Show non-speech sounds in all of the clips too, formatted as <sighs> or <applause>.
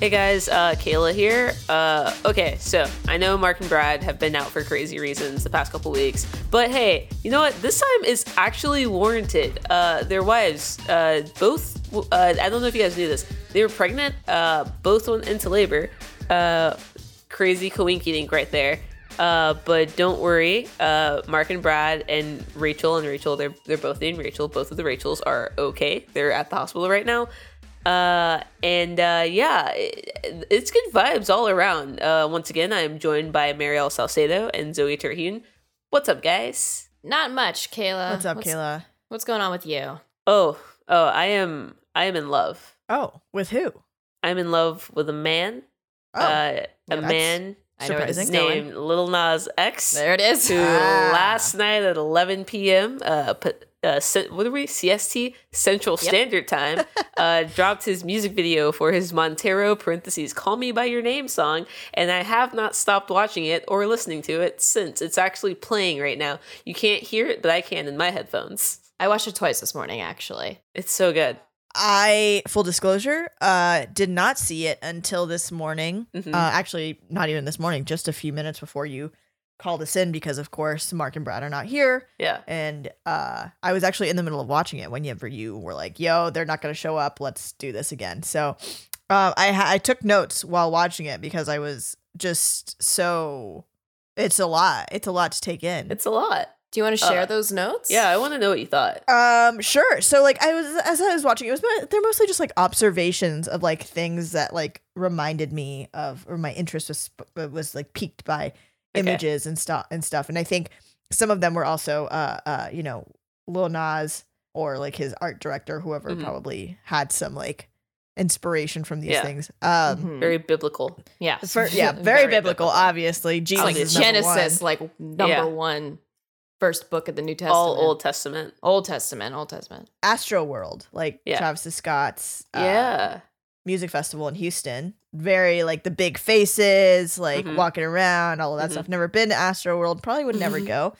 Hey guys, uh, Kayla here. Uh, okay, so I know Mark and Brad have been out for crazy reasons the past couple weeks, but hey, you know what? This time is actually warranted. Uh, their wives, uh, both, uh, I don't know if you guys knew this, they were pregnant, uh, both went into labor. Uh, crazy coinky dink right there. Uh, but don't worry, uh, Mark and Brad and Rachel and Rachel, they're, they're both named Rachel. Both of the Rachels are okay. They're at the hospital right now. Uh, and uh, yeah, it, it's good vibes all around. Uh, once again, I'm joined by Marielle Salcedo and Zoe Terhune. What's up, guys? Not much, Kayla. What's up, Kayla? Uh, What's going on with you? Oh, oh, I am, I am in love. Oh, with who? I'm in love with a man, Oh, uh, a that's man I know where this is surprising. going. named Lil Nas X. There it is. who Ah. last night at 11 p.m. Uh, p- uh, cen- what are we? CST Central Yep. Standard Time uh, dropped his music video for his Montero parentheses Call Me by Your Name song, and I have not stopped watching it or listening to it since. It's actually playing right now. You can't hear it, but I can in my headphones. I watched it twice this morning, actually. It's so good. I full disclosure, uh, did not see it until this morning. Mhm. Uh, actually, not even this morning, just a few minutes before you called us in, because of course Mark and Brad are not here, yeah. and uh, I was actually in the middle of watching it whenever you were like, "Yo, they're not going to show up. Let's do this again." So, uh, I ha- I took notes while watching it because I was just so. It's a lot. It's a lot to take in. It's a lot. Do you want to share Uh, those notes? Yeah, I want to know what you thought. Um, sure. So like I was as I was watching, it was mo- they're mostly just like observations of like things that like reminded me of or my interest was sp- uh, was like piqued by Okay. images and stuff and stuff. And I think some of them were also uh uh you know Lil Nas or like his art director whoever Mhm. probably had some like inspiration from these Yeah. Mm-hmm. things. Um Mhm. Very biblical. yeah. for- yeah, very, biblical, obviously. Jesus Like is number one. Genesis, like number Yeah. one, first book of the New Testament. All Old Testament. Old Testament, Old Testament. Astro World, like Yeah. Travis Scott's uh, yeah. music festival in Houston. Very like the big faces, like Mm-hmm. Mhm. walking around, all of that Mhm. stuff. Never been to Astro World, probably would never Mhm. go,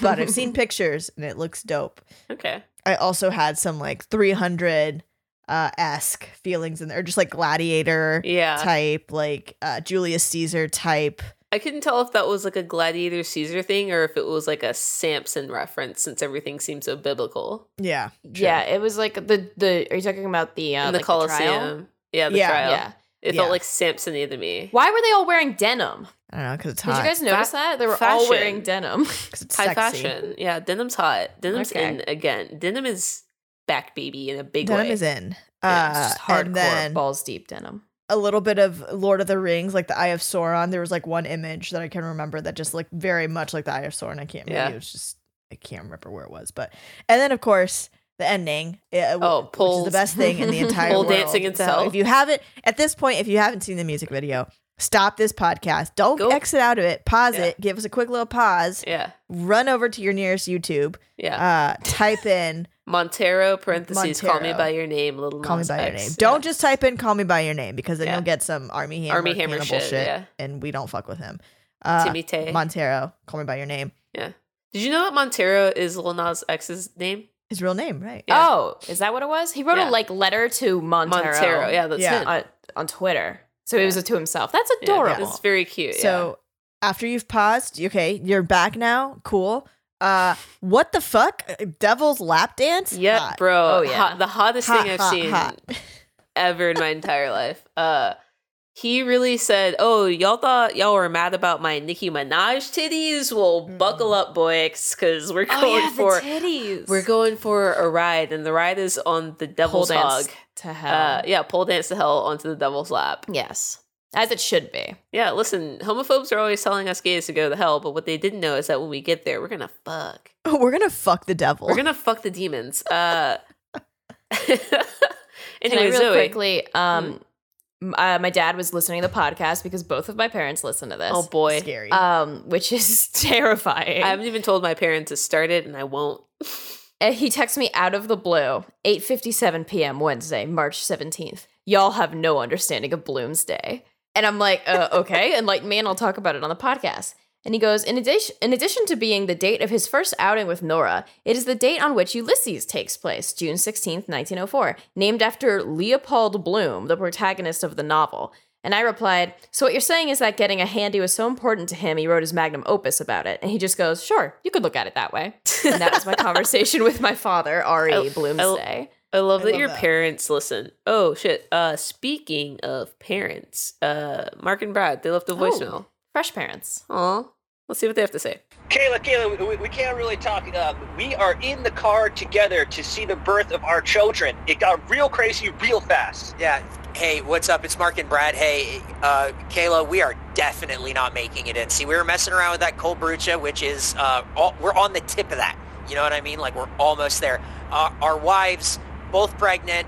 but <laughs> I've seen pictures and it looks dope. Okay. I also had some like 300 uh esque feelings in there, just like gladiator Yeah. type, like uh Julius Caesar type. I couldn't tell if that was like a Gladiator Caesar thing or if it was like a Samson reference since everything seemed so biblical. Yeah. yeah, it was like the the. Are you talking about the uh, In the like trial? Colosseum. yeah, the Yeah. trial. Yeah. It Yeah. felt like Samson to me. Why were they all wearing denim? I don't know, because it's Did you hot. guys notice Fa- that they were all fashion. wearing denim? 'cause it's High sexy. fashion. Yeah, denim's hot. Denim's Okay. in again. Denim is back baby in a big Denim way. is in. Yeah, Uh, it's just hardcore, and then balls deep denim. a little bit of Lord of the Rings, like the Eye of Sauron. There was like one image that I can remember that just looked very much like the Eye of Sauron. I can't remember. Yeah. It was just I can't remember where it was, but and then of course the ending. uh, w- Oh, which is poles. the best thing in the entire Pole <laughs> world. dancing into so hell. If you haven't at this point, if you haven't seen the music video, stop this podcast. Don't Go- exit out of it. Pause Yeah. it. Give us a quick little pause. Yeah. Run over to your nearest YouTube. Yeah. Uh, type in Montero parentheses call me Montero. by your name, little Call me Nas by your X. name. Yeah. Don't just type in "Call me by your name" because then Yeah. you'll get some Army Hammer, Army Hammer cannibal shit, yeah. eh. and we don't fuck with him. Uh, Timmy Tay. Montero, "Call me by your name," Did you know that Montero is Lil Nas X's name? his real name, right? Yeah. Oh, is that what it was? He wrote Yeah. a like letter to Montero, Yeah, that's Yeah. him. on, on Twitter. So Yeah. he was a to himself. That's Yeah, adorable. It's very cute. So after you've paused, okay, you're back now. Cool. Uh, what the fuck? Devil's lap dance? yeah. Yep, Hot. bro. Oh, yeah. Hot- the hottest Hot, thing I've hot, seen hot. <laughs> ever in my entire life. Uh, he really said, "Oh, y'all thought y'all were mad about my Nicki Minaj titties? Well, Mm. buckle up, boys, because Oh, we're going for titties. we're going for a ride, and the ride is on the pole Devil's dance Hog. to hell. Uh, yeah, pole dance to hell onto the Devil's lap. yes, as it should be. Yeah, listen, homophobes are always telling us gays to go to hell, but what they didn't know is that when we get there, we're gonna fuck. We're gonna fuck the devil. <laughs> We're gonna fuck the demons. Uh, <laughs> Can I anyway, really Zoe. Mm. quickly? Um, m- uh, my dad was listening to the podcast because both of my parents listen to this. Oh boy, Scary. um, which is <laughs> terrifying. I haven't even told my parents to start it, and I won't. Uh, he texts me out of the blue, 8:57 p.m. Wednesday, March 17th. Y'all have no understanding of Bloom's Day. And I'm like, uh, okay, enlighten me and I'll talk about it on the podcast. And he goes, in addition, in addition to being the date of his first outing with Nora, it is the date on which Ulysses takes place, June 16th, 1904, named after Leopold Bloom, the protagonist of the novel. And I replied, So what you're saying is that getting a handy was so important to him, he wrote his magnum opus about it. And he just goes, Sure, you could look at it <laughs> that way. And that was my conversation with my father, R.E. Oh, oh. Bloomsday. I love I that love your that. parents listen. Oh shit. Uh speaking of parents, uh Mark and Brad, they left a voicemail. Oh, Oh, Fresh parents. Aw. Let's see what they have to say. Kayla, Kayla, we, we can't really talk. Uh, we are in the car together to see the birth of our children. It got real crazy real fast. Yeah. Hey, what's up? It's Mark and Brad. Hey, uh, Kayla, we are definitely not making it in. See, we were messing around with that cold brucha, which is, uh, all, we're on the tip of that. You know what I mean? Like, we're almost there. Uh, our wives, both pregnant,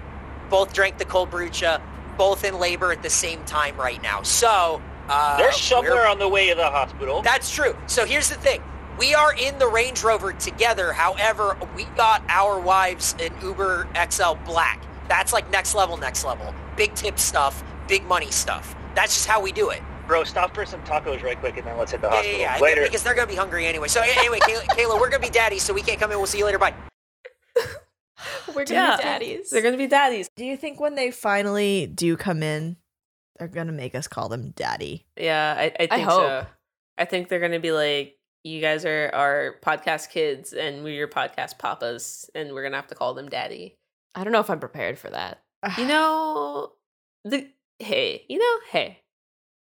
both drank the cold brucha, both in labor at the same time right now. So, uh, They're we're- somewhere on the way to the hospital. that's true. So here's the thing. We are in the Range Rover together. However, we got our wives an Uber XL Black. That's like next level, next level. Big tip stuff, big money stuff. That's just how we do it. Bro, stop for some tacos right quick and then let's hit the Yeah, hospital. yeah, yeah. Later. Because they're going to be hungry anyway. So anyway, Kayla, Kayla, we're going to be daddies, so we can't come in. We'll see you later. Bye. <laughs> We're gonna be Yeah. daddies. They're gonna be daddies. Do you think when they finally do come in, they're gonna make us call them daddy? Yeah, I, I think so. hope. I think they're gonna be like, you guys are our podcast kids and we're your podcast papas and we're gonna have to call them daddy. I don't know if I'm prepared for that. You know the hey, you know, hey.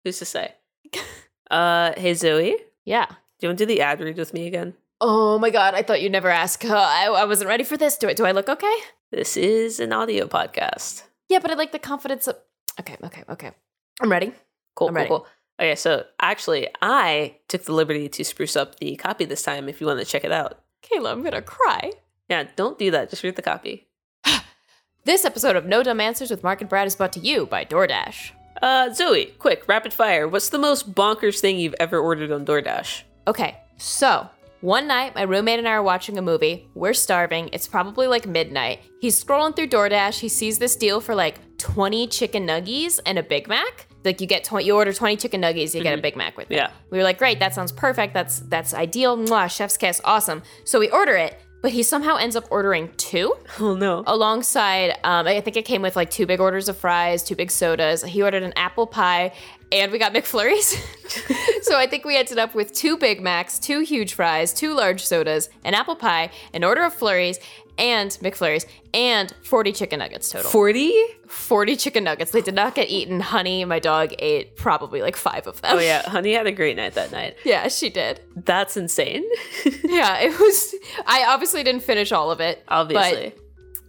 Who's to <laughs> say? uh hey Zoe, do Yeah. you wanna do the ad read with me again? Oh my god, I thought you'd never ask. <laughs> Uh, I, I wasn't ready for this. Do I, do I look okay? This is an audio podcast. Yeah, but I like the confidence of. Okay, okay, okay. I'm ready. Cool, cool, I'm ready. cool. Okay, so actually, I took the liberty to spruce up the copy this time if you want to check it out. Kayla, I'm gonna cry. Yeah, don't do that. Just read the copy. This episode of No Dumb Answers with Mark and Brad is brought to you by DoorDash. Uh, Zoe, quick, rapid fire. What's the most bonkers thing you've ever ordered on DoorDash? Okay, so one night my roommate and I are watching a movie. We're starving. It's probably like midnight. He's scrolling through DoorDash. He sees this deal for like 20 chicken nuggies and a Big Mac. Like you get 20, you order 20 chicken nuggies, you get a Big Mac with it. Yeah. We were like, great, that sounds perfect. That's that's ideal. Mwah, chef's kiss, awesome. So we order it, but he somehow ends up ordering two <laughs> Oh no. alongside um, i think it came with like two big orders of fries two big sodas he ordered an apple pie and we got <laughs> mcflurries so i think we ended up with two big macs two huge fries two large sodas an apple pie an order of flurries and mcflurries and 40 chicken nuggets total <laughs> 40? 40 chicken nuggets they did not get eaten honey my dog ate probably like five of them Oh yeah, honey had a great night that night. <laughs> yeah she did That's insane. <laughs> yeah it was i obviously didn't finish all of it Obviously. but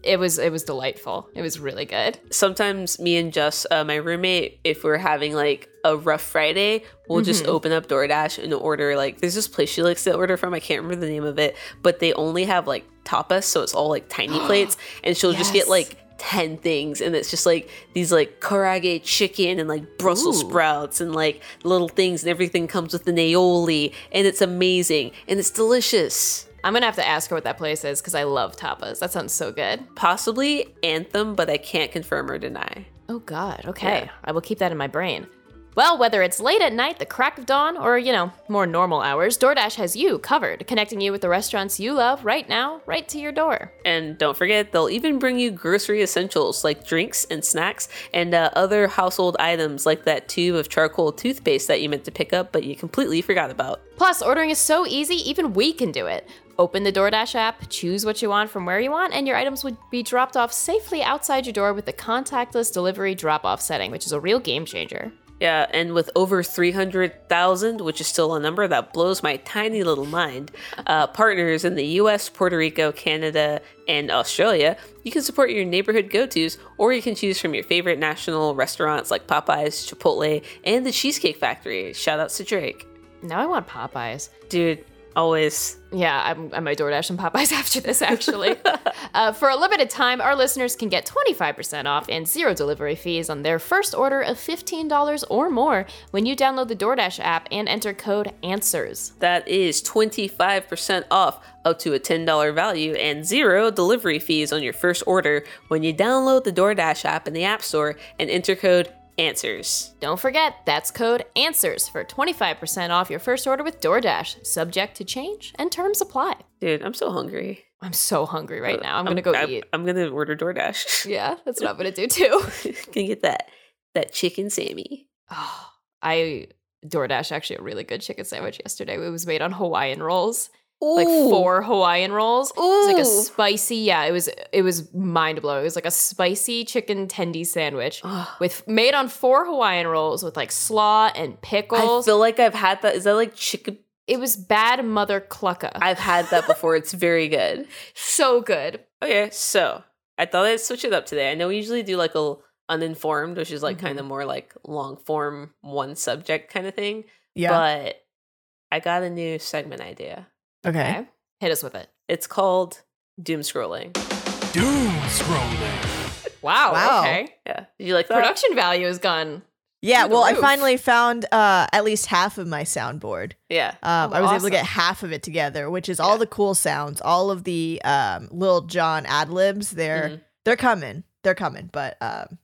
it was it was delightful it was really good sometimes me and Jess, uh, my roommate, if we're having like a rough Friday, we'll just Mm-hmm. open up DoorDash and order like there's this place she likes to order from. I can't remember the name of it, but they only have like tapas, so it's all like <gasps> tiny plates, and she'll just get Yes. like. 10 things and it's just like these like karage chicken and like brussels Ooh. sprouts and like little things and everything comes with an aioli and it's amazing and it's delicious I'm gonna have to ask her what that place is because I love tapas. That sounds so good. possibly anthem but i can't confirm or deny Oh God. Okay. I will keep that in my brain. Well, whether it's late at night, the crack of dawn, or you know, more normal hours, DoorDash has you covered, connecting you with the restaurants you love right now, right to your door. And don't forget, they'll even bring you grocery essentials like drinks and snacks and uh, other household items like that tube of charcoal toothpaste that you meant to pick up but you completely forgot about. Plus, ordering is so easy, even we can do it. Open the DoorDash app, choose what you want from where you want, and your items would be dropped off safely outside your door with the contactless delivery drop off setting, which is a real game changer. Yeah, and with over 300,000, which is still a number that blows my tiny little mind, uh, partners in the US, Puerto Rico, Canada, and Australia, you can support your neighborhood go tos, or you can choose from your favorite national restaurants like Popeyes, Chipotle, and the Cheesecake Factory. Shoutouts to Drake. Now I want Popeyes. Dude, Always. Yeah, I'm, I might DoorDash and Popeyes <laughs> after this, actually. uh, for a limited time, our listeners can get 25% off and zero delivery fees on their first order of $15 or more when you download the DoorDash app and enter code ANSWERS. That is 25% off up to a $10 value and zero delivery fees on your first order when you download the DoorDash app in the App Store and enter code ANSWERS. Don't forget, that's code ANSWERS for 25% off your first order with DoorDash, subject to change and terms apply. Dude, I'm so hungry. I'm so hungry right now. I'm going to go I'm, eat. I'm gonna order DoorDash. Yeah, that's what I'm going to do too. <sighs> <laughs> Can get that that chicken Sammy. Oh, I DoorDash actually a really good chicken sandwich yesterday. It was made on Hawaiian rolls, like four Hawaiian rolls. It was like a Ooh. spicy, yeah. It was it was mind blowing. It was like a spicy chicken tendy sandwich Ugh. with made on four Hawaiian rolls with like slaw and I pickles. feel like I've had that. Is that like chicken? it was bad mother clucka. I've had that before. it's very good. so good. Okay, so I thought I'd switch it up today. I know we usually do like a uninformed, which is like kind of Mm-hmm. more like long form, one subject kind of thing. Yeah. But I got a new segment idea. okay. Okay. Hit us with it. It's called doom scrolling. Doom scrolling. Wow. Wow. Okay. Yeah, did you like that? Production value has gone. Yeah. Through the Well, I roof. finally found uh, at least half of my soundboard. Yeah, Um, Oh, I was able awesome. to get half of it together, which is all the cool sounds, all of the um, Lil John ad libs. They're Mhm. they're coming, they're coming. But um,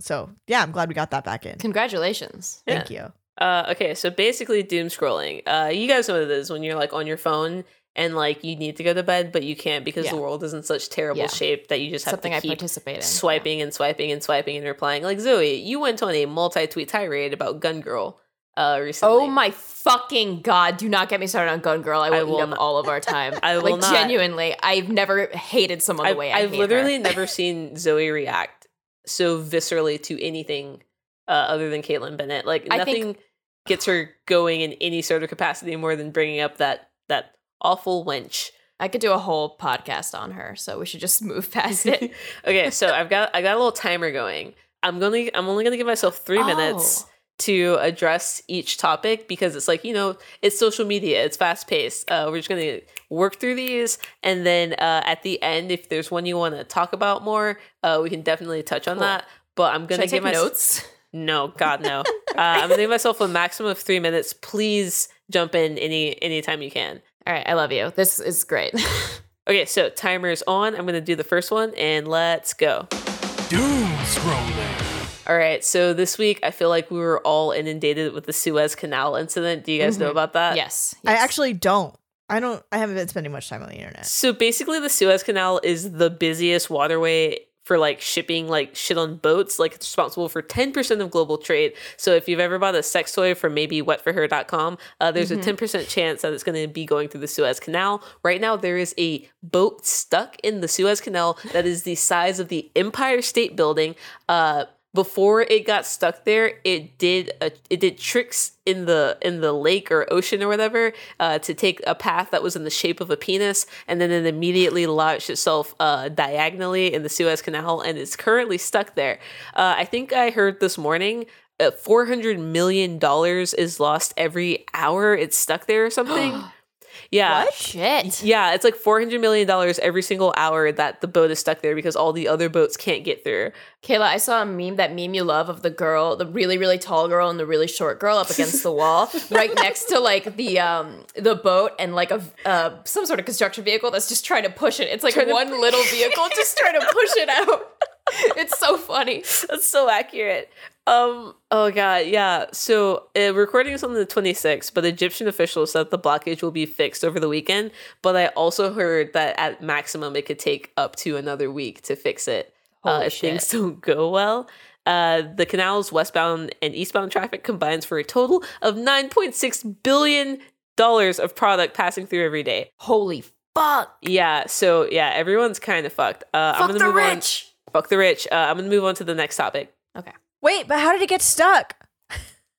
so yeah, I'm glad we got that back in. Congratulations. Thank you. Uh, okay, so basically doom scrolling. Uh, you guys know what it is when you're like on your phone and like you need to go to bed but you can't because Yeah. the world is in such terrible Yeah. shape that you just have Something to I keep participate in. swiping and swiping and swiping and replying. Like Zoe, you went on a multi-tweet tirade about Gun Girl uh, recently. Oh my fucking god! Do not get me started on Gun Girl. I will, I will eat up not. all of our time. <laughs> I will like, not. Genuinely, I've never hated someone the I've, way I I've hate literally her. <laughs> never seen Zoe react so viscerally to anything uh, other than Caitlyn Bennett. Like I nothing think- gets her going in any sort of capacity more than bringing up that that awful wench. I could do a whole podcast on her, so we should just <laughs> move past it. okay, <laughs> so I've got I got a little timer going. I'm gonna I'm only gonna give myself three Oh. minutes to address each topic because it's like you know it's social media, it's fast paced. Uh, we're just gonna work through these, and then uh, at the end, if there's one you want to talk about more, uh, we can definitely touch on Cool. that. But I'm Should gonna I give take my notes? no, God no. uh, I'm gonna give myself a maximum of three minutes. Please jump in any anytime you can. All right, I love you. This is <laughs> great. Okay, so timer's on. I'm gonna do the first one, and let's go. Doom scrolling. All right, so this week I feel like we were all inundated with the Suez Canal incident. Do you guys know Mhm. about that? yes, I yes. actually don't. I don't. I haven't been spending much time on the internet. So basically, the Suez Canal is the busiest waterway for like shipping like shit on boats. Like it's responsible for 10% of global trade. So if you've ever bought a sex toy from maybe wetforher.com, uh, there's Mhm. a 10% chance that it's going to be going through the Suez Canal. Right now, there is a boat stuck in the Suez Canal that is the size of the Empire State Building. Uh, before it got stuck there, it did a, it did tricks in the in the lake or ocean or whatever uh, to take a path that was in the shape of a penis, and then it immediately launched itself uh, diagonally in the Suez Canal, and is currently stuck there. Uh, I think I heard this morning. Uh, four hundred million dollars is lost every hour it's stuck there or something. yeah, Ah, shit. yeah, it's like four hundred million dollars every single hour that the boat is stuck there because all the other boats can't get through. <laughs> Kayla, I saw a meme that meme you love of the girl, the really really tall girl and the really short girl up against the <laughs> wall, right next to like the um the boat and like a uh, some sort of construction vehicle that's just trying to push it. It's like Trying to one little vehicle just trying to push it out. <laughs> It's so funny. That's so accurate. Um. Oh god. Yeah. So uh, recording is on the twenty sixth, but Egyptian officials said the blockage will be fixed over the weekend. But I also heard that at maximum it could take up to another week to fix it uh, Holy if things shit. don't go well. Uh, the canal's westbound and eastbound traffic combines for a total of nine point six billion dollars of product passing through every day. Holy fuck! Yeah. So yeah, everyone's kind of fucked. Uh, I'm Fuck gonna the move rich. On. Fuck the rich. Uh, I'm gonna move on to the next topic. Wait, but how did it get stuck?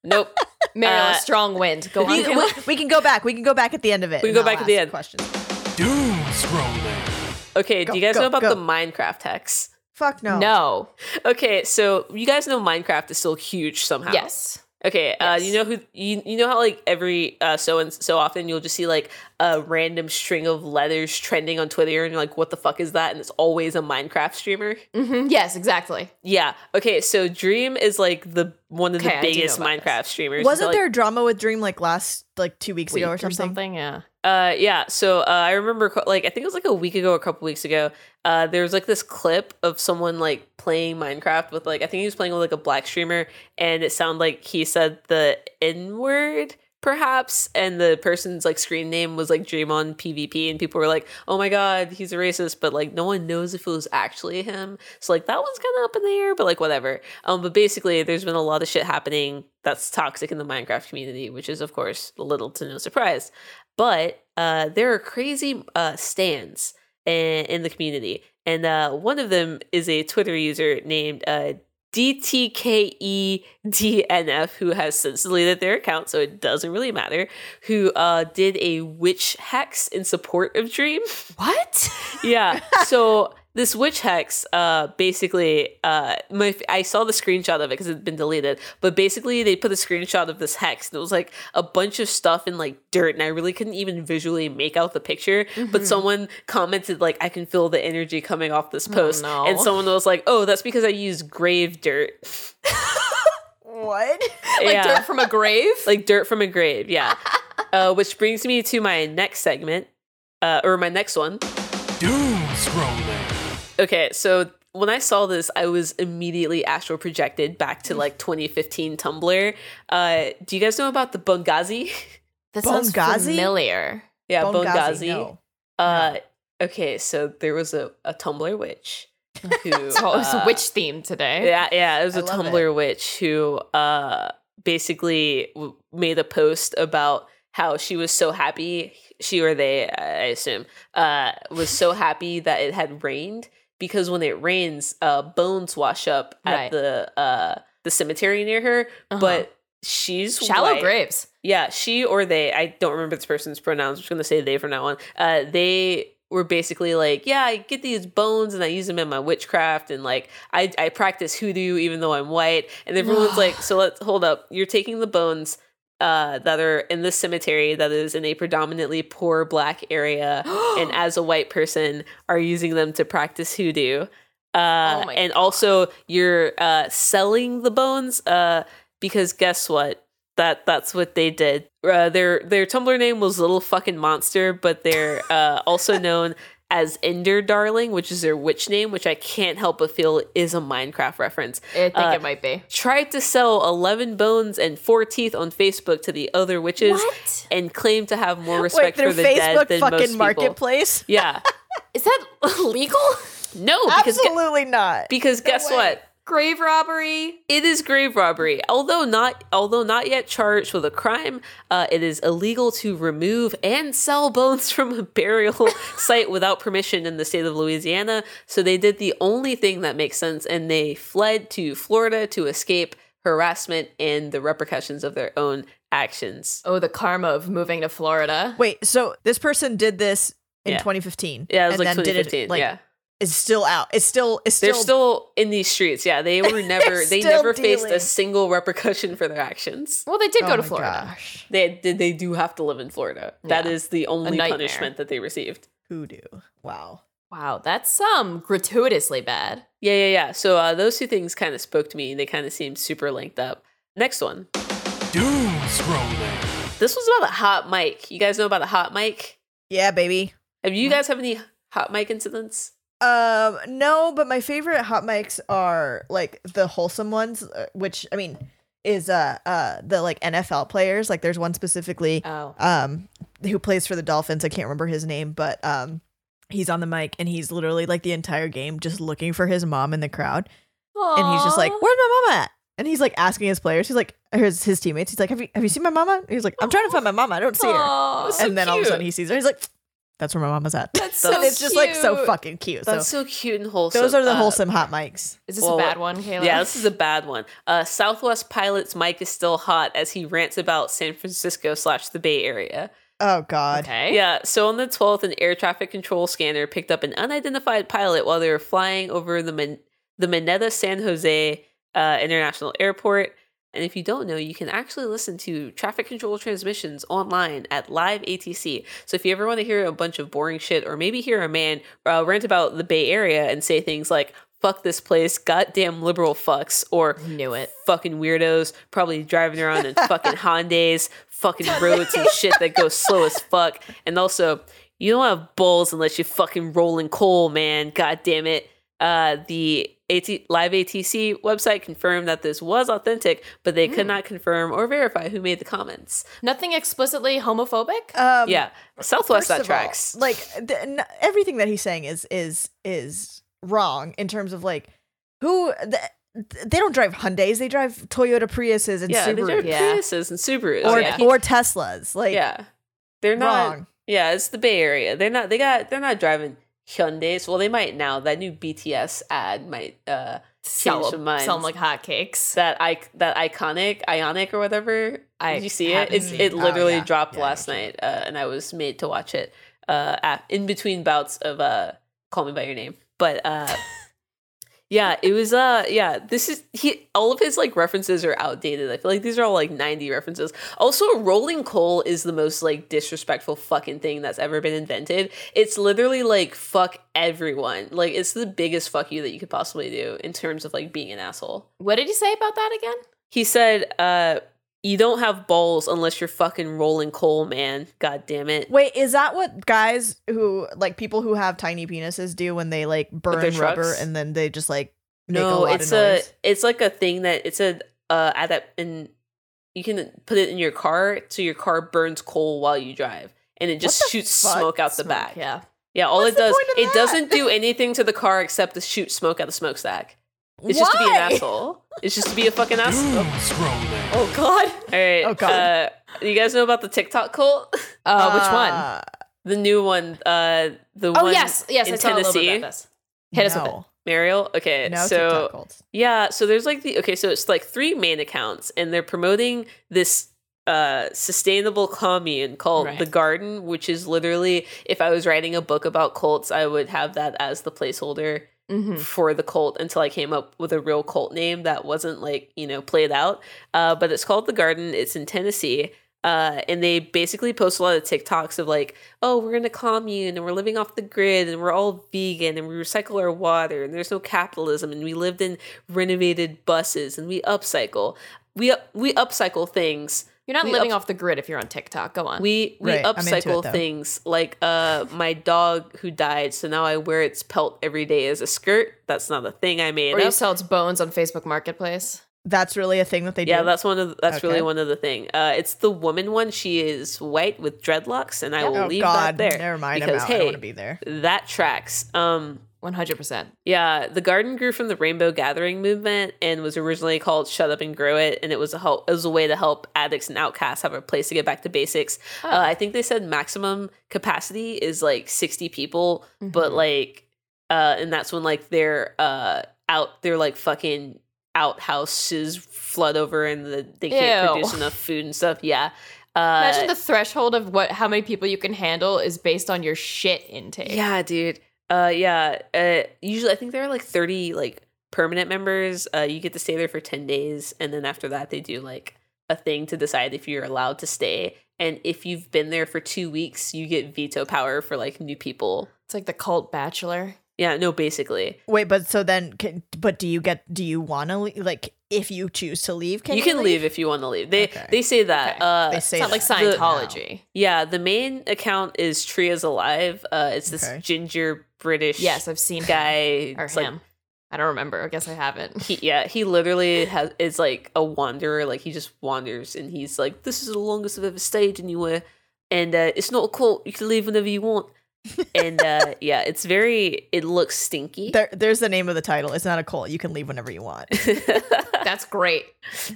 Nope. Mariel, Uh, a strong wind. Go on. We, Kayla. <laughs> we- we can go back. We can go back at the end of it. We can and go I'll back at the ask end. Questions. Doom scrolling. Okay, Go, do you guys go, know about go. the Minecraft hacks? Fuck no. No. Okay, so you guys know Minecraft is still huge somehow. Yes. Okay, uh, Yes. you know who you, you know how like every uh, so and so often you'll just see like a random string of leathers trending on Twitter and you're like, what the fuck is that? And it's always a Minecraft streamer. Mhm, Yes, exactly. Yeah. Okay. So Dream is like the one of the Okay, I do know biggest about this. Minecraft streamers. He's, Wasn't like- there drama with Dream like last like two weeks ago Week or something? Yeah. Uh, yeah. So uh, I remember, co- like, I think it was like a week ago, a couple weeks ago. Uh, there was like this clip of someone like playing Minecraft with like I think he was playing with like a black streamer, and it sounded like he said the N word perhaps, and the person's like screen name was like Dream on PvP, and people were like, "Oh my god, he's a racist," but like no one knows if it was actually him. So like that one's kind of up in the air, but like whatever. Um, but basically, there's been a lot of shit happening that's toxic in the Minecraft community, which is of course little to no surprise but uh, there are crazy uh, stands in, in the community, and uh, one of them is a Twitter user named uh, E DTKEDNF, who has since deleted their account, so it doesn't really matter. Who uh, did a witch hex in support of Dream? What? yeah. So this witch hex, uh, basically, uh, my I saw the screenshot of it because it's been deleted. But basically, they put a screenshot of this hex, and it was like a bunch of stuff in like dirt, and I really couldn't even visually make out the picture. But someone commented like, "I can feel the energy coming off this post," no. and someone was like, "Oh, that's because I used grave dirt." What? <laughs> like Yeah. dirt from a grave? like dirt from a grave. Yeah. uh, which brings me to my next segment, uh, or my next one. Doom scrolling. Okay, so when I saw this, I was immediately astral projected back to like 2015 Tumblr. Uh, do you guys know about the Bungazi? that sounds Benghazi? familiar. <laughs> yeah, Benghazi, Bungazi. no. Uh, okay, so there was a, a Tumblr witch who Oh, it's uh, a witch theme today. Yeah, yeah. It was I a love Tumblr witch who uh, basically w- made a post about how she was so happy, she or they, I I assume, uh, was so happy that it had rained because when it rains, uh, bones wash up at Right. the uh, the cemetery near her, Uh-huh. but. She's Shallow white. graves. Yeah, she or they, I don't remember this person's pronouns. I'm just going to say they from now on. Uh, they were basically like, yeah, I get these bones and I use them in my witchcraft and like I, I practice hoodoo even though I'm white. And everyone's like, so let's hold up. You're taking the bones uh, that are in this cemetery that is in a predominantly poor black area <gasps> <gasps> and as a white person are using them to practice hoodoo. Uh, Oh my and also you're uh, selling the bones uh, because guess what? That that's what they did. Uh, their their Tumblr name was Little Fucking Monster, but <laughs> they're uh, also known as Ender Darling, which is their witch name, which I can't help but feel is a Minecraft reference I think Uh, it might be. tried to sell 11 bones and 4 teeth on Facebook to the other witches What? and claimed to have more <laughs> Wait, respect through for the dead Facebook than most fucking people. marketplace? Yeah. Is that legal? No, because gu- Absolutely not. because guess way. what? Grave robbery? It is grave robbery. Although not although not yet charged with a crime, uh, it is illegal to remove and sell bones <laughs> from a <laughs> burial site without permission in the state of Louisiana. So they did the only thing that makes sense and they fled to Florida to escape harassment and the repercussions of their own actions. Oh, the karma of moving to Florida. Wait, so this person did this in Yeah. 2015. Yeah, it was and like then did 2015. It, like, yeah. It's still out. It's still it's They're still, still in these streets. Yeah, they <laughs> were never they still never faced a dealing. single repercussion for their actions. Well, they did Oh go to my Florida. Gosh. They did they do have to live in Florida. That Yeah. is the only nightmare. punishment that they received. Hoodoo. Wow. Wow, that's um gratuitously bad. Yeah, yeah, yeah. So uh, those two things kind of spoke to me. They kind of seemed super linked up. Next one. Doom scrolling. This was about a hot mic. You guys know about a hot mic? Yeah, baby. Have you Mm-hmm. guys have any hot mic incidents? Um, no, but my favorite hot mics are like the wholesome ones, uh, which I mean is uh uh the like NFL players. Like there's one specifically Oh. um who plays for the Dolphins. I can't remember his name, but um he's on the mic and he's literally like the entire game just looking for his mom in the crowd, and he's just like, "Where's my mama at?" And he's like asking his players. He's like his his teammates. He's like, "Have you have you seen my mama?" And he's like, "I'm trying to find my mama. I don't see her." That's and then all of a sudden he sees her. He's like, "That's where my mama's at." so and it's just like <laughs> so cute. fucking cute. so That's so, cute and wholesome. those are the Uh, wholesome hot mics. Is this Well, a bad one, Kayla? Yeah, this is a bad one. Uh, Southwest pilot's mic is still hot as he rants about San Francisco slash the Bay Area. Oh God. okay. Yeah, so on the 12th, an air traffic control scanner picked up an unidentified pilot while they were flying over the, Min- the Mineta San Jose uh, International Airport. And if you don't know, you can actually listen to traffic control transmissions online at Live ATC. So if you ever want to hear a bunch of boring shit or maybe hear a man uh, rant about the Bay Area and say things like, fuck this place, goddamn liberal fucks, or Knew it. fucking weirdos probably driving around in <laughs> fucking Hondas, fucking roads and shit that go slow as fuck. And also, you don't have balls unless you fucking roll in coal, man. God damn it. Uh, the AT- live ATC website confirmed that this was authentic, but they Mm. could not confirm or verify who made the comments. Nothing explicitly homophobic. Um, yeah, Southwest First that of all, tracks. like the, n- everything that he's saying is is is wrong in terms of like who the, they don't drive Hyundai's, they drive Toyota Priuses and yeah, they Subarus drive Yeah. Priuses and Subarus. or yeah. or Teslas. Like yeah, they're not. wrong. Yeah, it's the Bay Area. They're not. They got. They're not driving Hyundai's. Well, they might now. That new BTS ad might. uh sell, changed your mind. sell 'em like hotcakes. that I that iconic Ionic or whatever. I Did you see it? haven't It's, seen it it. Oh, literally yeah. dropped Yeah, I last night, uh, and I was made to watch it uh, at, in between bouts of uh, Call Me by Your Name. But <laughs> uh, yeah, it was uh yeah. This is he. All of his like references are outdated. I feel like these are all like ninety references. Also, rolling coal is the most like disrespectful fucking thing that's ever been invented. It's literally like fuck everyone. Like it's the biggest fuck you that you could possibly do in terms of like being an asshole What did you say about that again? he said uh you don't have balls unless you're fucking rolling coal man god damn it Wait, is that what guys who like people who have tiny penises do when they like burn their rubber trucks? and then they just like make a no lot it's of a noise? it's like a thing that it's a uh adapt and you can put it in your car so your car burns coal while you drive and it just the shoots fuck? smoke out the Smoke, back Yeah. yeah all What's it the does point of it that? doesn't do anything to the car except to shoot smoke out the smokestack it's just to be an Why? asshole it's just to be a fucking <gasps> asshole Doom scrolling. Oh God. all right Oh, God. uh you guys know about the tiktok cult <laughs> Uh, which one? Uh, the new one uh the one <laughs> Oh yes, yes. in I saw a little Tennessee. bit about this. Hit us with it. no. Mariel. Okay, No so TikTok cults. yeah, so there's like the okay, so it's like three main accounts, and they're promoting this uh sustainable commune called Right. the Garden, which is literally if I was writing a book about cults, I would have that as the placeholder Mm. Mm-hmm. for the cult until I came up with a real cult name that wasn't like, you know, played out. Uh, but it's called The Garden. It's in Tennessee. Uh, and they basically post a lot of TikToks of like, oh, we're in a commune and we're living off the grid and we're all vegan and we recycle our water and there's no capitalism and we lived in renovated buses and we upcycle. We up- we upcycle things. You're not We living up- off the grid if you're on TikTok. Go on. We we Right, I'm into it, upcycle though. things like uh my dog who died, so now I wear its pelt every day as a skirt. That's not a thing I made. or you up. sell its bones on Facebook Marketplace. That's really a thing that they do. Yeah, that's one of the, that's really Okay. one of the thing. Uh, it's the woman one. She is white with dreadlocks, and I will oh leave that God! there. Never mind. because, I'm out. I hey, don't want to be there. that tracks. Um, One hundred percent. yeah, the garden grew from the Rainbow Gathering movement and was originally called "Shut Up and Grow It," and it was a help, it was a way to help addicts and outcasts have a place to get back to basics. Oh. Uh, I think they said maximum capacity is like sixty people, Mm-hmm. but like, uh, and that's when like their uh out their like fucking outhouses flood over and the, they can't Ew. produce <laughs> enough food and stuff. Yeah, uh, Imagine the threshold of what how many people you can handle is based on your shit intake. Yeah, dude. Uh, yeah. Uh, usually I think there are like thirty like permanent members. Uh, you get to stay there for ten days, and then after that they do like a thing to decide if you're allowed to stay. And if you've been there for two weeks, you get veto power for like new people. It's like the cult bachelor. Yeah, no, basically Wait, but so then, can, but do you get? Do you want to like if you choose to leave? Can you you, can leave? if you want to leave. They Okay. they say that. Okay. Uh, They say It's not like that. Scientology. yeah, the main account is Tria's alive. Uh, it's this Okay. ginger British Yes, I've seen him. guy or It's like him. I don't remember. I guess I <laughs> haven't. he yeah he literally has is like a wanderer like he just wanders and he's like this is the longest i've ever stayed anywhere and uh, it's not a cult you can leave whenever you want and uh, <laughs> yeah it's very it looks stinky There, there's the name of the title. It's not a cult. You can leave whenever you want. <laughs> <laughs> That's great.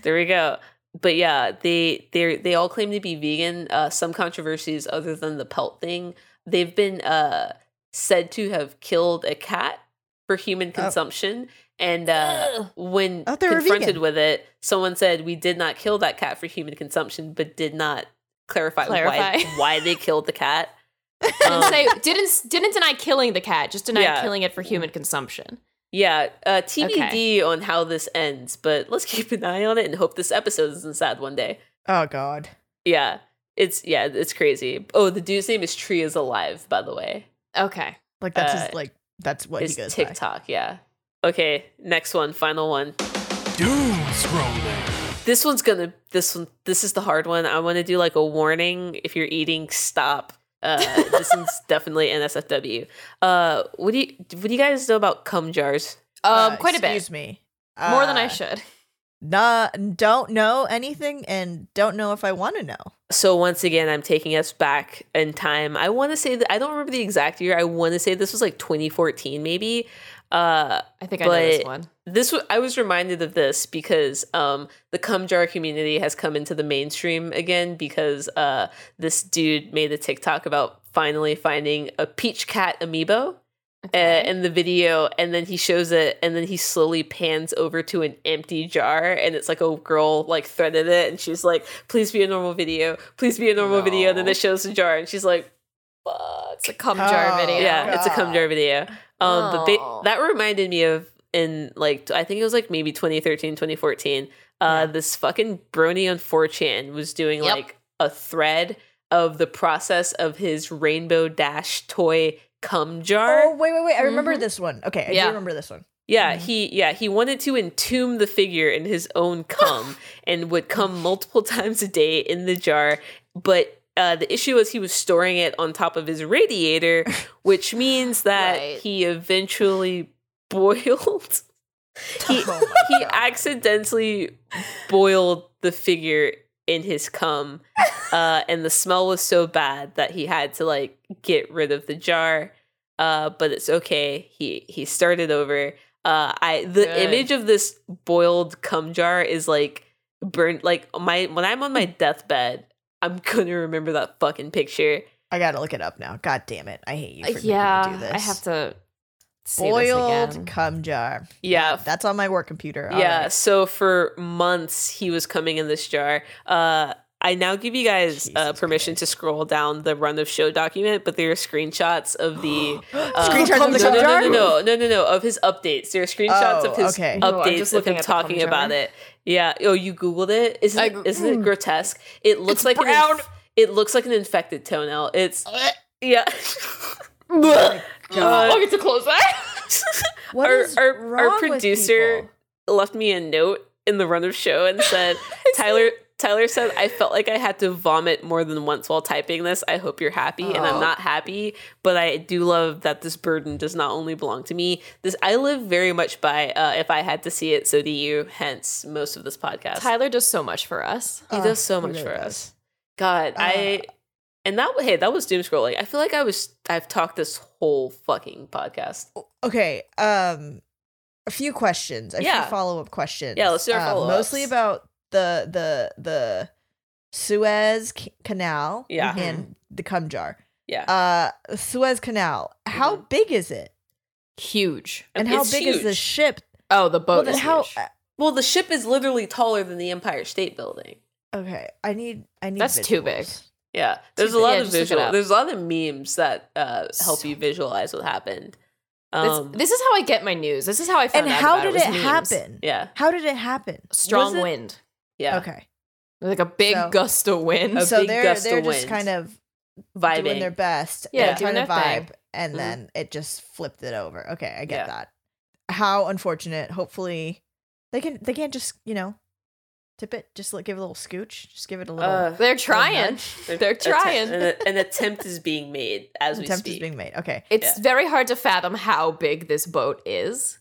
there we go but yeah they they they all claim to be vegan uh, some controversies other than the pelt thing they've been uh, said to have killed a cat for human consumption and uh, when Oh, they were confronted vegan. with it, someone said, "We did not kill that cat for human consumption, but did not clarify, why Clarify. why they killed the cat." <laughs> Didn't Um, say didn't didn't deny killing the cat, just deny Yeah. killing it for human consumption. Yeah, uh, TBD on how this ends, but let's keep an eye on it and hope this episode isn't sad one day. Oh God. Yeah, it's yeah, it's crazy. Oh, the dude's name is Tree is alive, by the way. Okay. Like that's Uh, his like that's what he It's goes by. TikTok. Yeah. Okay, next one, final one. Doom scrolling. This one's gonna. This one. This is the hard one. I want to do like a warning. If you're eating, stop. Uh, <laughs> this is definitely NSFW. Uh, what do you what do you guys know about cum jars? Um, Uh, quite a bit. Excuse me. More than I Uh, should. Nah, don't know anything and don't know if I want to know. So once again, I'm taking us back in time. I want to say that I don't remember the exact year. I want to say this was like 2014, maybe. Uh, I think I know this but- one. this wa- I was reminded of this because um, the cum jar community has come into the mainstream again because uh, this dude made a TikTok about finally finding a peach cat amiibo uh, in the video, and then he shows it, and then he slowly pans over to an empty jar, and it's like a girl like threaded it, and she's like, "Please be a normal video, please be a normal video." And then No. it shows the jar, and she's like, "Fuck." It's a cum jar Oh, video. Yeah, it's a cum jar video. Um, but ba- Oh. that reminded me of in like t- I think it was like maybe 2013, 2014. Uh, this fucking brony on 4chan was doing Yep. like a thread of the process of his rainbow dash toy cum jar. Oh wait, wait, wait! I remember Mhm. this one. Okay, I Yeah. do remember this <laughs> one. Yeah, he yeah, he wanted to entomb the figure in his own cum and would come multiple times a day in the jar, but uh, the issue was he was storing it on top of his radiator, which means that Right. he eventually <laughs> boiled. Oh He, he accidentally boiled the figure in his cum, uh, and the smell was so bad that he had to like get rid of the jar. Uh, but it's okay. He he started over. Uh, I the Good. image of this boiled cum jar is like burnt. Like my when I'm on my deathbed, I'm gonna remember that fucking picture. I gotta look it up now. God damn it! I hate you. For making me Uh, do yeah, this. I have to see this boiled again. cum jar. Yeah, That's on my work computer. All yeah. right. So for months he was coming in this jar. Uh, I now give you guys uh, Jesus permission to scroll down the run of show document, but there are screenshots of <gasps> the <gasps> uh, Screenshots of the no, cum no, No, jar? no, no, no, no, no, of his updates. There are screenshots Oh, of his okay. No, I'm updates just of looking him at the cum talking about jar. it. Yeah. Oh, you googled it. Isn't I it- goo- isn't it grotesque? It looks like an hmm. brown. inf- it looks like an infected toenail. <laughs> It's yeah. <laughs> oh, I get to close that. What our- is our- our wrong with producer- people? left me a note in the run of show <laughs> and said, Tyler Tyler said I felt like I had to vomit more than once while typing this. I hope you're happy and I'm Oh. not happy, but I do love that this burden does not only belong to me. This I live very much by uh, if I had to see it, so do you, hence most of this podcast. Tyler does so much for us. he Uh, does so he much really for does. us. God, I Uh, and that hey, that was doom scrolling. I feel like I was I've talked this whole fucking podcast. Oh, Okay. Um, a few questions. A Yeah. few follow up questions. Yeah, let's do our Um, follow-ups. Mostly about the the the Suez C- Canal. Yeah. Mm-hmm. And the cum jar. Yeah. Uh, Suez Canal. How big is it? Huge. And how Mm-hmm. It's big is the huge. ship? Oh, the boat well, then is how? huge. uh, Well, the ship is literally taller than the Empire State Building. uh, Okay, I need. I need. That's too big. visuals. Yeah, there's a big. lot Yeah, of just look it visual. up. There's a lot of memes that uh, help So you visualize what happened. That's- Um, this is how I get my news. This is how I found And out. how about did was it, memes. happen? yeah, How did it happen? Strong Was it- wind. yeah. Okay, Like a big So- gust of wind. A so big they're gust of they're just wind. kind of Vibing. doing their best. Yeah, Yeah, doing trying to their thing. vibe, and Mhm. then it just flipped it over. Okay, I Yeah. get that. How unfortunate. Hopefully, they can they can't just you know tip it. Just like, give it a little scooch. Just give it a little. Uh, They're trying. They're atten- An, trying. an attempt is being made as we attempt speak. is being made. Okay, It's very hard to fathom how big this boat is.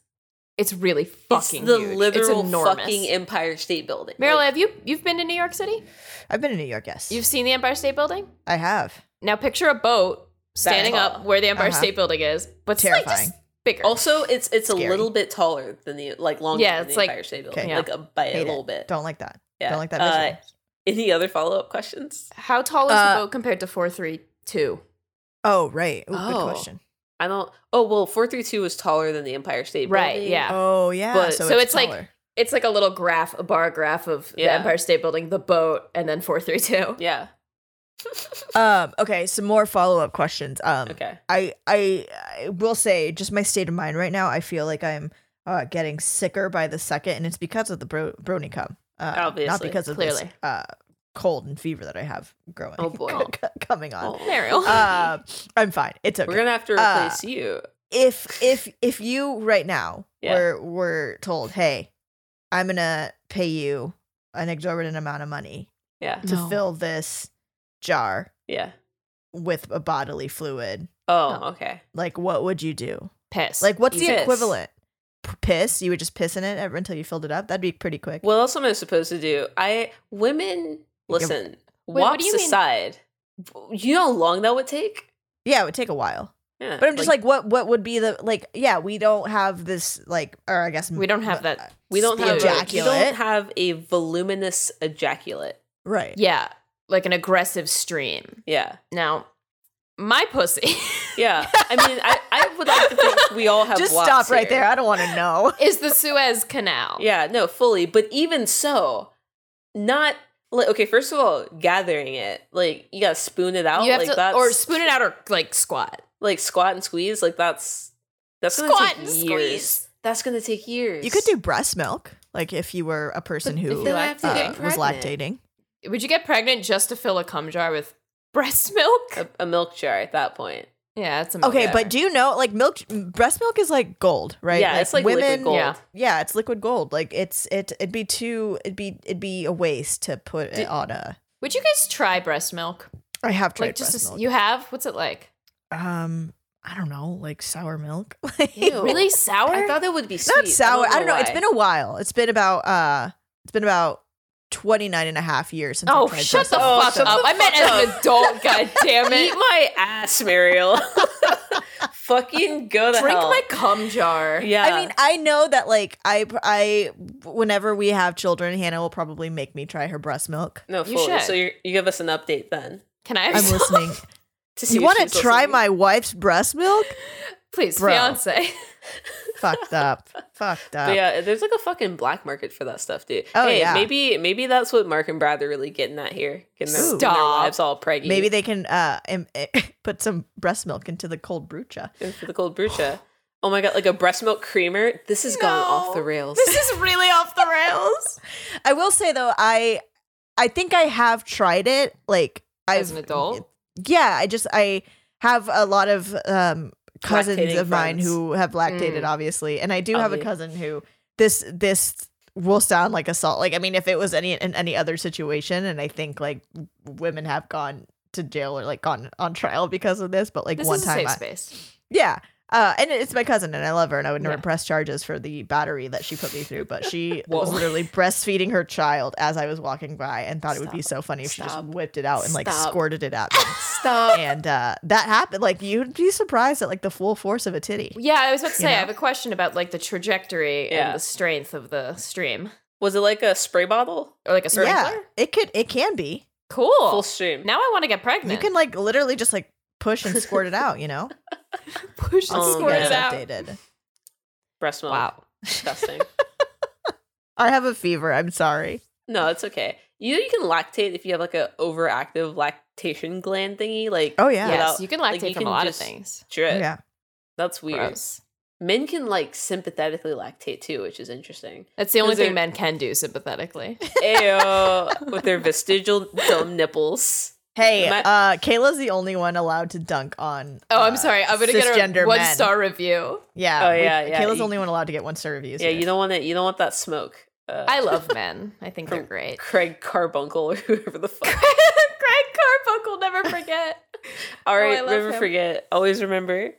It's really it's fucking the huge. literal it's enormous. fucking Empire State Building. Marilyn, Like, have you you've been to New York City? I've been in New York. Yes, You've seen the Empire State Building? I have. Now picture a boat standing tall. up where the Empire Uh-huh. State Building is, but it's like just Terrifying. bigger. also, it's it's a Scary. little bit taller than the like longer Yeah, than it's the like- Empire State Building, okay. like a, by a Hate it. little bit. Don't like that. Yeah. Don't like that. Uh, visual. Any other follow up questions? how tall is Uh, the boat compared to four three two? oh right. Ooh, oh. Good question. I don't. Oh well, four three two is taller than the Empire State Right, Building. yeah. Oh yeah. But- so, so it's, it's like- taller. It's like a little graph, a bar graph of the Yeah. Empire State Building, the boat, and then four three two. yeah. um okay some more follow-up questions um Okay. I, I i will say just my state of mind right now i feel like i'm uh getting sicker by the second and it's because of the bro- brony cum uh, not Obviously, because of clearly. this uh cold and fever that i have growing Oh, boy. <laughs> Oh. c- coming on <laughs> Meryl. uh i'm fine it's <laughs> okay We're gonna have to Uh, replace you. if if if you right now Yeah. were were told hey i'm gonna pay you an exorbitant amount of money Yeah. to No. fill this jar Yeah. with a bodily fluid Oh, No. okay. like what would you do piss. like what's the Piss. equivalent P- piss you would just piss in it ever until you filled it up that'd be pretty quick What else am I supposed to do? I women listen. what wops do you mean? aside, you know how long that would take. yeah it would take a while Yeah, but i'm just like, what what would be the like yeah we don't have this like or i guess we don't have uh, that. we don't have a, you ejaculate. don't have a voluminous ejaculate. right Yeah, like an aggressive stream. <laughs> Yeah, Now, my pussy <laughs> yeah. I mean, I, I would like to think we all have. just wops stop right here. there i don't want to <laughs> know <laughs> is the Suez Canal. Yeah, no, fully. But even so, not like okay. First of all, gathering it like you gotta spoon it out you have like to that's or spoon it out or like squat, like squat and squeeze like that's that's gonna squat take and years. squeeze. That's gonna take years. you could do breast milk like if you were a person But who then I have to uh, get was pregnant. lactating Would you get pregnant just to fill a cum jar with <laughs> breast milk? a, a milk jar at that point. Uh, yeah, that's a milk okay jar. but do you know like milk breast milk is like gold right Yeah, it's like liquid gold. Yeah. yeah it's liquid gold like it's it it'd be too it'd be it'd be a waste to put it on a would you guys try breast milk? i have tried like just breast as- milk. you have? What's it like? um i don't know like sour milk <laughs> Ew. <laughs> Really sour? I thought it would be sweet. not sour i don't know, it's why. been a while it's been about uh it's been about 29 and a half years since oh, I've tried shut breast the milk. Oh, fuck shut up! the I meant fuck as an adult. <laughs> God damn Eat it! my ass, <laughs> Mariel. Fucking go to Drink hell. my cum jar. Yeah. I mean, I know that like I I whenever we have children, Hannah will probably make me try her breast milk. no, you fully. should. So you you give us an update then. Can I? Have I'm some? listening. To you if want she's to try listening. my wife's breast milk? <laughs> Please, Bro. fiance. <laughs> Fucked up. Fucked up. But yeah, there's like a fucking black market for that stuff, dude. Oh, hey, yeah. maybe maybe that's what Mark and Brad are really getting at here. Getting their, Stop. their lives all preggy. Maybe they can uh im- <laughs> put some breast milk into the cold brucha. for the cold brucha. Oh my god, like a breast milk creamer. This has gone off the rails. <laughs> This is really off the rails. I will say though, I I think I have tried it. Like I've, As an adult? yeah. I just I have a lot of um cousins Lactating of mine friends. who have lactated, Mm. obviously, and I do have a Obvi- cousin who this this will sound like assault. Like I mean, if it was any in any other situation, and I think like women have gone to jail or like gone on trial because of this, but like This one is time, a safe I- space. yeah. Uh, and it's my cousin, and I love her, and I would never Yeah. press charges for the battery that she put me through. <laughs> But she Whoa. was literally breastfeeding her child as I was walking by, and thought it would be Stop. so funny if she Stop. just whipped it out and like Stop. squirted <laughs> it at me. Stop. and uh, that happened. Like you'd be surprised at like the full force of a titty. Yeah, I was about to say know? I have a question about like the trajectory Yeah. and the strength of the stream, Was it like a spray bottle? or like a sprinkler. yeah, it could. It can be. Cool. Full stream. now I want to get pregnant. You can like literally just like <laughs> push and squirt it out. You know, push the I'll Oh, I'll keep you squirt get guys it out. updated. breast milk. Wow. <laughs> Disgusting. I have a fever. I'm sorry. no, it's okay. You know you can lactate if you have like a overactive lactation gland thingy. Like Oh yeah, Yes, Yeah. you can lactate Like, you from can a lot just- of things. drip. yeah. That's weird. Gross. Men can like sympathetically lactate too, which is interesting. That's the only Is there- thing men can do <laughs> sympathetically. Ayo, with their vestigial dumb nipples. Hey, My- uh, Kayla's the only one allowed to dunk on. Oh, I'm uh, sorry. I'm gonna get cisgender a one men. star review. Yeah. Oh, we- yeah, yeah, Kayla's you- the only one allowed to get one star reviews. Yeah, here. you don't want that. You don't want that smoke. Uh, <laughs> I love men. I think they're great. Craig Carbuncle or <laughs> whoever the fuck. <laughs> Craig Carbuncle, never forget. All Oh, I right, love never him. forget. Always remember.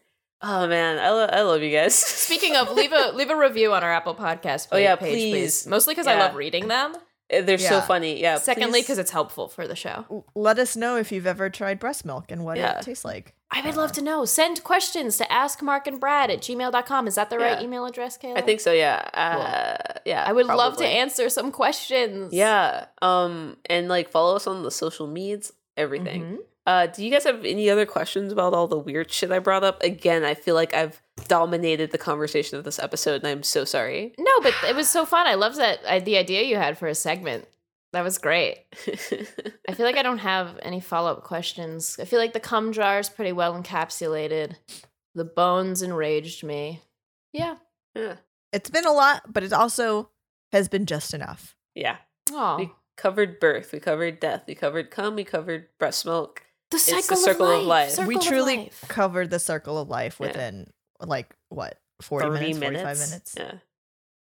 Oh man, I, lo- I love you guys. <laughs> Speaking of, leave a leave a review on our Apple Podcast. Oh, yeah, page, please. please. Mostly because I Yeah. love reading them. Eh, they're so Yeah. funny. Yeah. Secondly, please. because it's helpful for the show. Let us know if you've ever tried breast milk and what Yeah. it tastes like. I would love to know. Send questions to askmarkandbrad at gmail.com. Is that the right Yeah. email address, Kayla? I think so. Yeah. Uh, Yeah. I would love to probably. answer some questions. Yeah. Um. And like follow us on the social medias. Everything. Mhm. Uh. Do you guys have any other questions about all the weird shit I brought up? Again, I feel like I've dominated the conversation of this episode, and I'm so sorry. uh, No, but it was so fun. I love that I, the idea you had for a segment. That was great. I feel like I don't have any follow up questions. I feel like the cum jar is pretty well encapsulated. The bones enraged me. Yeah. Yeah. It's been a lot, but it also has been just enough. <laughs> yeah. Oh, We covered birth. We covered death. We covered cum. We covered breast milk. the the cycle, circle of of life. life. we Circle of truly life. covered the circle of life Yeah. within like what 40 Thirty minutes, minutes. 45 minutes. Yeah.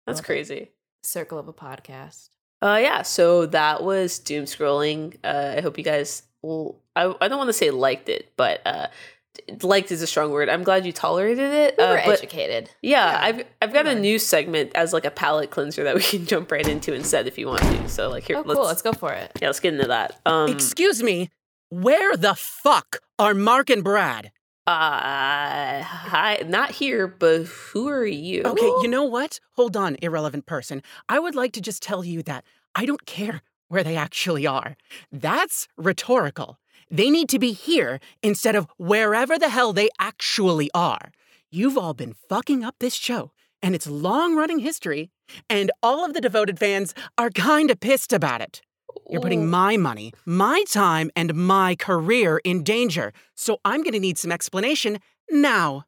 That's Okay. crazy. circle of a podcast. Uh, yeah. So that was doom scrolling. Uh, I hope you guys. L- I I don't want to say liked it, but uh, d- liked is a strong word. I'm glad you tolerated it. We uh, were but educated. yeah, Yeah, I've I've got a learned. new segment as like a palate cleanser that we can <laughs> jump right into instead if you want to. So like here, Oh, let's cool. Let's go for it. yeah, let's get into that. Um, Excuse me, where the fuck are Mark and Brad? uh, hi, not here, but who are you? Okay, you know what? Hold on, irrelevant person. I would like to just tell you that I don't care where they actually are. That's rhetorical. They need to be here instead of wherever the hell they actually are. You've all been fucking up this show and its long running history, and all of the devoted fans are kind of pissed about it. You're putting my money, my time, and my career in danger, so I'm gonna need some explanation now.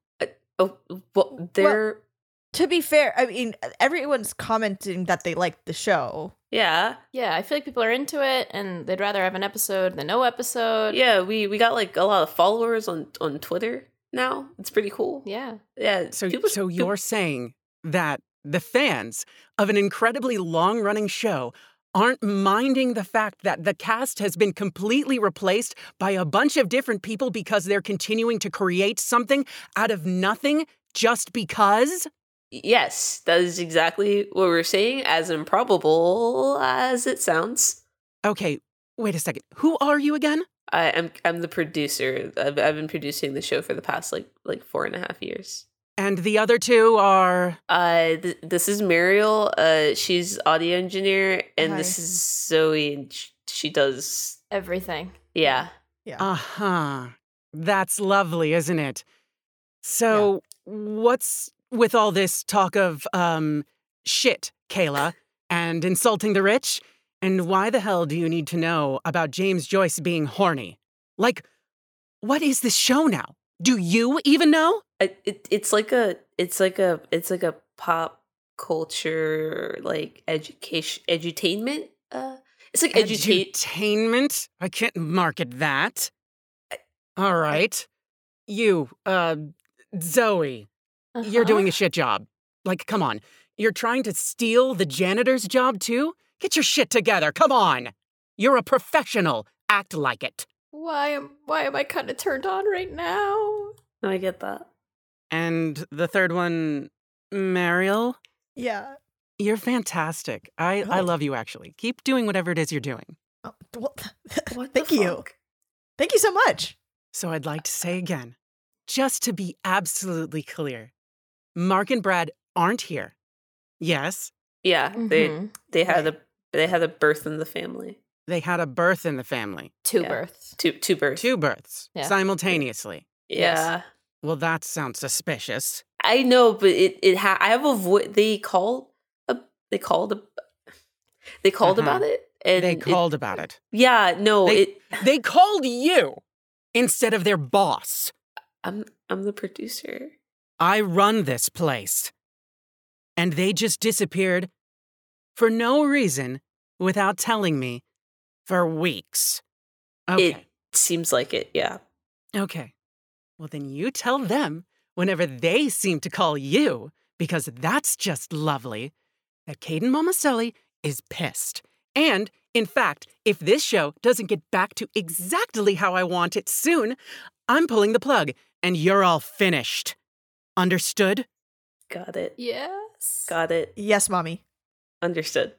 Oh, well, they're To be fair, I mean everyone's commenting that they liked the show. yeah, Yeah, I feel like people are into it and they'd rather have an episode than no uh, episode. yeah. We we got like a lot of followers on on Twitter now. It's pretty cool. Yeah. Yeah. So, people- so people- you're saying that the fans of an incredibly long running show aren't minding the fact that the cast has been completely replaced by a bunch of different people because they're continuing to create something out of nothing just because? yes, that is exactly what we're saying. As improbable as it sounds, Okay, wait a second. Who are you again? I, I'm I'm the producer. I've, I've been producing the show for the past like like four and a half years. And the other two are. Uh, th- this is Mariel. Uh, she's audio engineer, and this Hi. is Zoe. And sh- she does Everything. yeah. Yeah. Uh huh. That's lovely, isn't it? So, what's with all this talk of um shit, Kayla, and insulting the rich? And why the hell do you need to know about James Joyce being horny? Like, what is this show now? Do you even know? I- it, it's like a it's like a it's like a pop culture like education edutainment uh it's like educate Edutainment? I can't market that. All right. You, uh, Zoe. Uh-huh. You're doing a shit job. Like, come on. You're trying to steal the janitor's job too? Get your shit together. Come on. You're a professional. Act like it. Why am why am I kind of turned on right now? oh, no i get that And the third one, Mariel, Yeah. you're fantastic. I, I Oh. love you, actually. Keep doing whatever it is you're doing. Oh, well, <laughs> What the thank you. fuck? Thank you so much. So I'd like to say again, just to be absolutely clear, Mark and Brad aren't here. Yes, yeah Mm-hmm. they Mhm. they had a they had a birth in the family they had a birth in the family, two Yeah. births. two two births two births Yeah. simultaneously. yeah Well, that sounds suspicious. i know but it it ha- i have a vo- they called a they called a they called Uh-huh. about it and they it- called about it. yeah no They- it They called you instead of their boss. i'm i'm the producer I run this place. And they just disappeared for no reason without telling me for weeks. Okay. seems like it yeah Okay. Well, then you tell them whenever they seem to call you, because that's just lovely, that Caden Momaselli is pissed. And, in fact, if this show doesn't get back to exactly how I want it soon, I'm pulling the plug and you're all finished. Understood? got it Yes. got it Yes, mommy. Understood.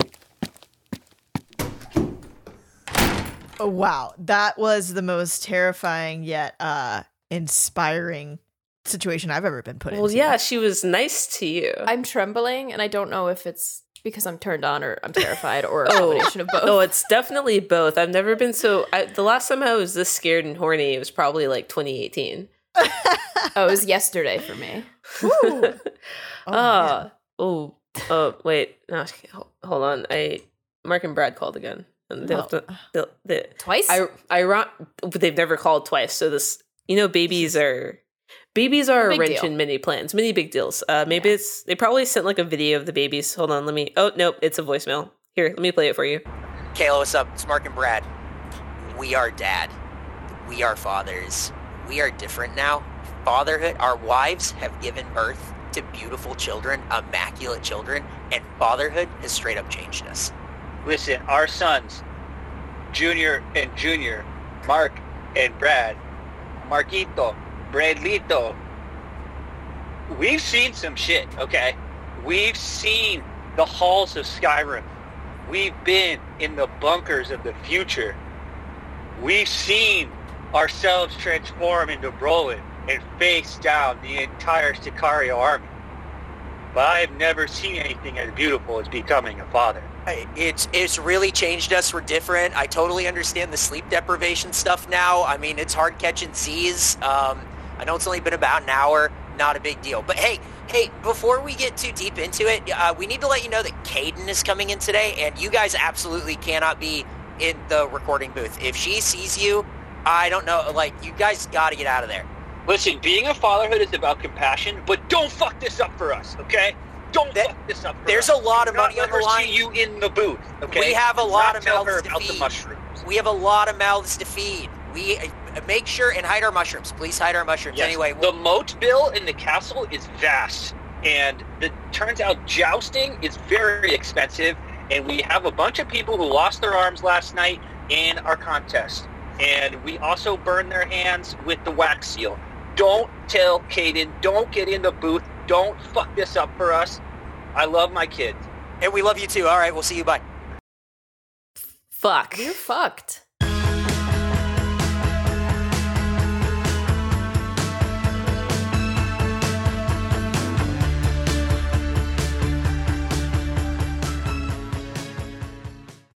Oh, wow. That was the most terrifying yet uh inspiring situation I've ever been put in. Well, yeah, she was nice to you. I'm trembling and I don't know if it's because I'm turned on or I'm terrified or a combination of <laughs> both. oh, it's definitely both. I've never been so. I, the last time I was this scared and horny, it was probably like 2018. Oh, it was yesterday for me. <laughs> Woo. <laughs> Oh, Ah, man. oh, oh, wait. No, hold on. I Mark and Brad called again. And They'll, Oh. they'll, they Twice? I, I, they've never called twice. So this, you know, <laughs> babies are babies are a Big wrench deal. in many plans, many big deals. Uh, maybe it's they probably sent like a video of the babies. Hold on, let me. Oh nope, it's a voicemail. Here, let me play it for you. Kayla, what's up? It's Mark and Brad. We are dad. We are fathers. We are different now. Fatherhood, our wives have given birth to beautiful children, immaculate children, and fatherhood has straight up changed us. Listen, our sons, Junior and Junior, Mark and Brad, Marquito, Bradlito, we've seen some shit, okay? We've seen the halls of Skyrim. We've been in the bunkers of the future. We've seen ourselves transform into Brolin and face down the entire Sicario army. But I've never seen anything as beautiful as becoming a father. I- It's it's really changed us. We're different. I totally understand the sleep deprivation stuff now. I mean, it's hard catching Z's. Um, I know it's only been about an hour. Not a big deal. But hey, hey, before we get too deep into it, uh, we need to let you know that Caden is coming in today, and you guys absolutely cannot be in the recording booth. If she sees you, I don't know. Like, you guys got to get out of there. Listen, being a fatherhood is about compassion, but don't fuck this up for us, okay? Don't That- fuck this up. For There's us. a lot of Do not money on let the her line. See you in the booth, okay? We have a lot Not of tell mouths her to about the feed. mushrooms. We have a lot of mouths to feed. We uh, make sure and hide our mushrooms. Please hide our mushrooms. Yes. Anyway, the moat bill in the castle is vast, and the turns out jousting is very expensive. And we have a bunch of people who lost their arms last night in our contest, and we also burned their hands with the wax seal. Don't tell Caden. Don't get in the booth. Don't fuck this up for us. I love my kids. and we love you too. All right, we'll see you. Bye. Fuck. You're fucked.